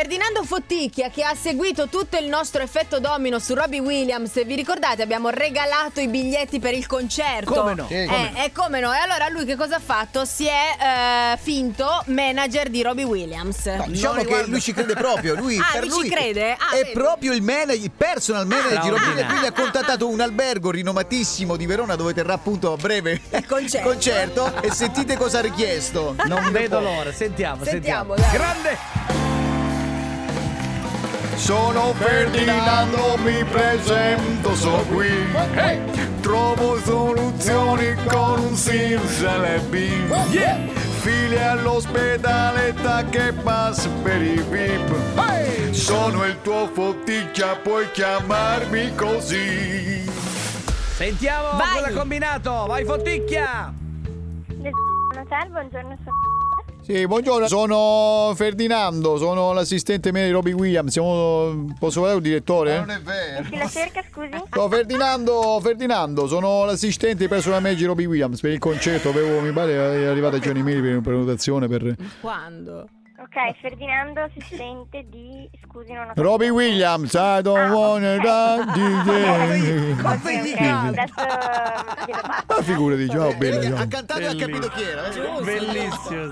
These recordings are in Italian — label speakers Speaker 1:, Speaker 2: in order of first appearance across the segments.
Speaker 1: Ferdinando Fotticchia che ha seguito tutto il nostro effetto domino su Robbie Williams, se vi ricordate abbiamo regalato i biglietti per il concerto.
Speaker 2: Come no?
Speaker 1: Eh,
Speaker 3: Sì, come
Speaker 1: eh, come no? E allora lui che cosa ha fatto? Si è eh, finto manager di Robbie Williams.
Speaker 3: No,
Speaker 2: Non
Speaker 3: diciamo che
Speaker 2: riguarda-
Speaker 3: lui ci crede proprio. Lui,
Speaker 1: Eh, Ah,
Speaker 3: per
Speaker 1: lui ci crede? Ah,
Speaker 3: è
Speaker 1: vedi.
Speaker 3: proprio il, mana- il personal manager
Speaker 2: Ah,
Speaker 3: di Robbie
Speaker 2: straordinario.
Speaker 3: Williams. Quindi ha
Speaker 2: ah,
Speaker 3: contattato un albergo rinomatissimo di Verona dove terrà appunto a breve
Speaker 1: Il concerto.
Speaker 3: e sentite cosa ha richiesto.
Speaker 2: Non vedo l'ora, sentiamo,
Speaker 1: Sentiamo,
Speaker 2: sentiamo.
Speaker 1: dai.
Speaker 2: Grande!
Speaker 3: Oh,
Speaker 4: Sono Ferdinando, mi presento, sono qui. Trovo soluzioni con un simsalabim. Figli all'ospedale, ta che passa per i VIP. Sono il tuo fotticcia, puoi chiamarmi così.
Speaker 2: Sentiamo
Speaker 1: Vai.
Speaker 2: cosa ha combinato. Vai Fotticchia!
Speaker 5: Del Natale, buongiorno
Speaker 4: Sì, buongiorno, sono Ferdinando, sono l'assistente mia di Robbie Williams. Siamo... Posso parlare un direttore?
Speaker 3: è vero.
Speaker 5: Chi la cerca, scusi?
Speaker 4: Ciao Ferdinando, Ferdinando, sono l'assistente personal manager di Robbie Williams per il concerto, avevo, mi pare è arrivata già un'email per una prenotazione per...
Speaker 1: Quando?
Speaker 5: Ok, Ferdinando, assistente di... Scusi, non ho capito. Ah,
Speaker 4: Robbie Williams, I
Speaker 3: Ah.
Speaker 4: don't
Speaker 3: Eh,
Speaker 4: wanna
Speaker 2: Ma
Speaker 4: die
Speaker 5: Ok, ok, adesso glielo passo.
Speaker 4: La figura di Joao Bella,
Speaker 3: eh, Ha
Speaker 4: Joao.
Speaker 3: cantato e ha capito chi era. eh.
Speaker 2: Bellissimo.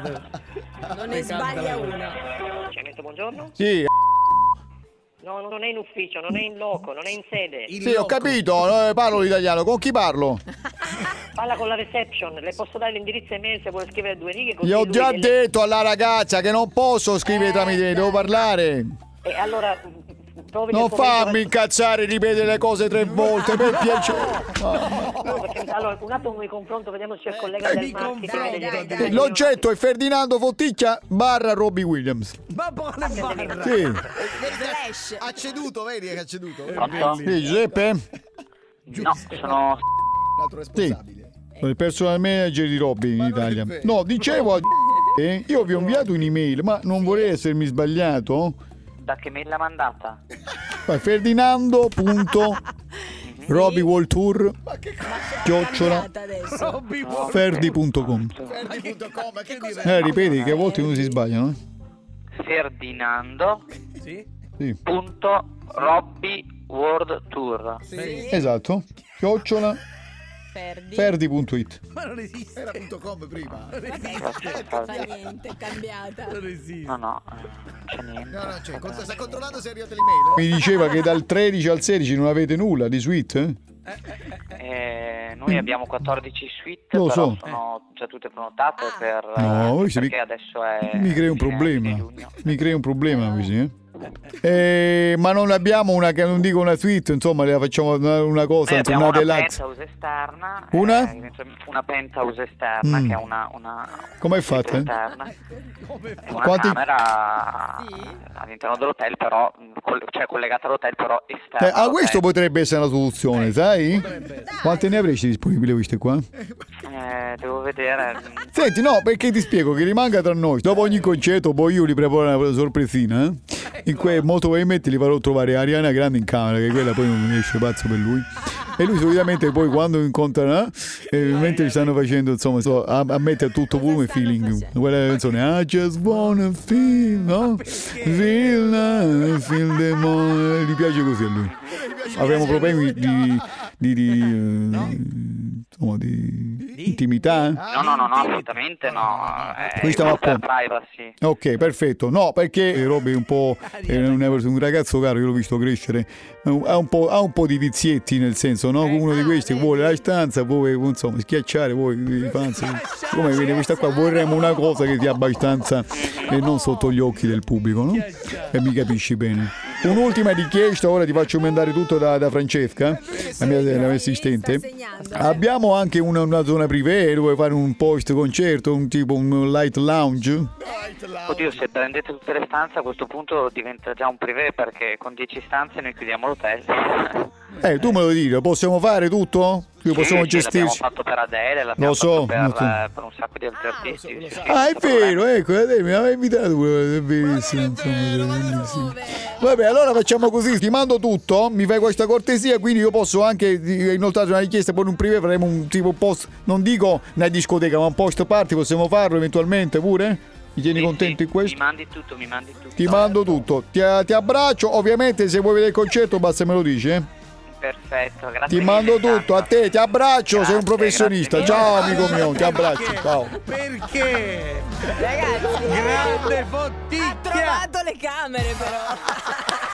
Speaker 1: Non ne sbaglia uno.
Speaker 6: Cemento, buongiorno?
Speaker 4: Sì,
Speaker 6: No, non è in ufficio, non è in loco, non è in sede.
Speaker 4: sì, ho capito, eh, parlo l'italiano, con chi parlo?
Speaker 6: Parla con la reception, le posso dare l'indirizzo email se vuole scrivere due righe così
Speaker 4: Gli ho
Speaker 6: lui
Speaker 4: già
Speaker 6: le-
Speaker 4: detto alla ragazza che non posso
Speaker 3: Eh,
Speaker 4: scrivere tramite, devo parlare
Speaker 6: E allora mh, provi
Speaker 4: Non
Speaker 6: nel pomeriggio-
Speaker 4: fammi incazzare, ripetere le cose tre volte, per piacere
Speaker 6: No, perché- Allora, un attimo mi confronto, vediamo se c'è il collega
Speaker 4: Eh,
Speaker 6: del
Speaker 4: mi
Speaker 6: marketing
Speaker 1: confronto,
Speaker 6: degli eventi.
Speaker 1: dai,
Speaker 4: Eh, L'oggetto è Ferdinando Fotticchia barra Robbie Williams.
Speaker 2: Ma buona barra.
Speaker 4: Sì.
Speaker 1: Flash.
Speaker 3: Ha ceduto, vedi che ha ceduto.
Speaker 4: Eh.
Speaker 7: Pronto?
Speaker 4: Sì, Giuseppe?
Speaker 7: No, sono
Speaker 3: L'altro responsabile.
Speaker 4: Sono il personal manager di Robbie in
Speaker 3: Eh, non è
Speaker 4: Italia.
Speaker 3: vero.
Speaker 4: No, dicevo a eh, io vi ho inviato un'email, ma non vorrei essermi sbagliato.
Speaker 7: da che me l'ha mandata?
Speaker 4: Vai, Ferdinando.robbywalltour chiocciola
Speaker 1: Cambiata adesso.
Speaker 2: Robby Wolf.
Speaker 4: ferdi.com
Speaker 3: Ferdi.com, ma che dire?
Speaker 4: Eh, ripeti che a volte uno si sbaglia, no?
Speaker 7: Ferdinando
Speaker 2: Sì?
Speaker 4: Sì.
Speaker 7: punto Robby World Tour.
Speaker 4: Esatto. Chiocciola
Speaker 1: Perdi.
Speaker 4: ferdi.it.
Speaker 2: Ma non esiste.
Speaker 3: Era punto .com prima.
Speaker 1: Fa niente, è cambiata.
Speaker 2: Non esiste.
Speaker 7: No, no, eh, non c'è niente.
Speaker 3: No, no, c'è. Cosa sta controllando se è arrivata l'email?
Speaker 4: Mi diceva che dal 13 al 16 non avete nulla di suite? eh?
Speaker 7: Eh, noi abbiamo 14 suite,
Speaker 4: Mm. Lo
Speaker 7: però
Speaker 4: so.
Speaker 7: sono già tutte prenotate per
Speaker 4: No, voi
Speaker 7: eh,
Speaker 4: se mi-
Speaker 7: perché adesso è
Speaker 4: Mi crea un
Speaker 7: fine-
Speaker 4: problema.
Speaker 7: fine giugno.
Speaker 4: Mi crea un problema così, eh. Eh, ma non abbiamo una, che non dico una suite, insomma, la facciamo una, una cosa, insomma,
Speaker 7: Noi Eh, abbiamo
Speaker 4: una
Speaker 7: una
Speaker 4: deluxe.
Speaker 7: penthouse esterna,
Speaker 4: Una?
Speaker 7: eh, eventualmente una penthouse esterna
Speaker 4: Mm.
Speaker 7: che è una, una
Speaker 4: Come è fatta? eh?
Speaker 7: esterna. È una
Speaker 4: Quanti-
Speaker 7: camera
Speaker 1: Sì.
Speaker 7: all'interno dell'hotel, però col- cioè collegata all'hotel, però esterna.
Speaker 4: Eh, ah,
Speaker 7: all'hotel.
Speaker 4: questo potrebbe essere una soluzione, sai? Quante ne avresti disponibili queste qua?
Speaker 7: Eh, devo vedere. mm,
Speaker 4: Senti, no, perché ti spiego che rimanga tra noi. Dopo ogni concerto, poi io li preparo una sorpresina. eh. In cui molto probabilmente li farò trovare Ariana Grande in camera, che quella poi non esce pazzo per lui. E lui solitamente poi quando incontra, eh, eh, mentre gli stanno facendo, insomma, so, a, a mettere a tutto volume
Speaker 1: stanno
Speaker 4: feeling.
Speaker 1: facendo?
Speaker 4: Quella canzone, I just wanna feel, no? Feel, love, feel the mo- Gli piace così a lui. Avremo problemi di, di, di, eh, insomma, di intimità.
Speaker 7: No, no, no, no, assolutamente Ah, no. Eh,
Speaker 4: Questa va
Speaker 7: questa è
Speaker 4: po'.
Speaker 7: privacy.
Speaker 4: Ok, perfetto. No, perché Roby è un po' eh, è un, un ragazzo caro, io l'ho visto crescere, ha un- ha un po', ha un po' di vizietti nel senso, no? Uno di questi che vuole la stanza, vuole insomma, schiacciare, vuole anzi, come vede questa qua, vorremmo una cosa che sia abbastanza e non sotto gli occhi del pubblico, no? E mi capisci bene. Un'ultima richiesta, ora ti faccio mandare tutto da, da Francesca, eh? la mia, la mia assistente.
Speaker 1: Sta segnando.
Speaker 3: Ah,
Speaker 4: Abbiamo anche una, una zona privé dove fare un post concerto, un tipo un light lounge.
Speaker 7: Oddio, se prendete tutte le stanze a questo punto diventa già un privé perché con 10 stanze noi chiudiamo l'hotel.
Speaker 4: Eh, tu me lo dire, possiamo fare tutto? Io possiamo
Speaker 7: Sì, sì, L'abbiamo
Speaker 4: gestirci.
Speaker 7: fatto per Adele, l'abbiamo
Speaker 4: so,
Speaker 7: fatto per,
Speaker 4: lo so.
Speaker 7: eh, per un sacco di altri artisti. sì, sì,
Speaker 4: Ah, è
Speaker 7: senza
Speaker 4: vero, ecco, eh, mi aveva invitato quello, è verissimo, insomma, è verissimo. Vabbè, allora facciamo così, ti mando tutto, mi fai questa cortesia, quindi io posso anche eh, inoltrare una richiesta per un privé, faremo un tipo post, non dico una discoteca, ma un post party, possiamo farlo eventualmente pure? Mi tieni
Speaker 7: Sì,
Speaker 4: contento
Speaker 7: sì,
Speaker 4: in questo?
Speaker 7: Mi mandi tutto, mi mandi tutto.
Speaker 4: Ti mando tutto, ti, eh, ti abbraccio, ovviamente se vuoi vedere il concerto basta me lo dici, eh?
Speaker 7: Perfetto, grazie.
Speaker 4: Ti mando
Speaker 7: mille,
Speaker 4: tutto, a
Speaker 7: Sandro.
Speaker 4: te, ti abbraccio, sei un
Speaker 7: esatto. Grazie,
Speaker 4: professionista.
Speaker 7: grazie
Speaker 4: Ciao
Speaker 7: mille.
Speaker 4: amico mio, ti abbraccio,
Speaker 2: Perché?
Speaker 4: ciao.
Speaker 2: Perché?
Speaker 1: Ragazzi,
Speaker 2: Grande
Speaker 1: ha
Speaker 2: Fotticchia!
Speaker 1: trovato le camere però.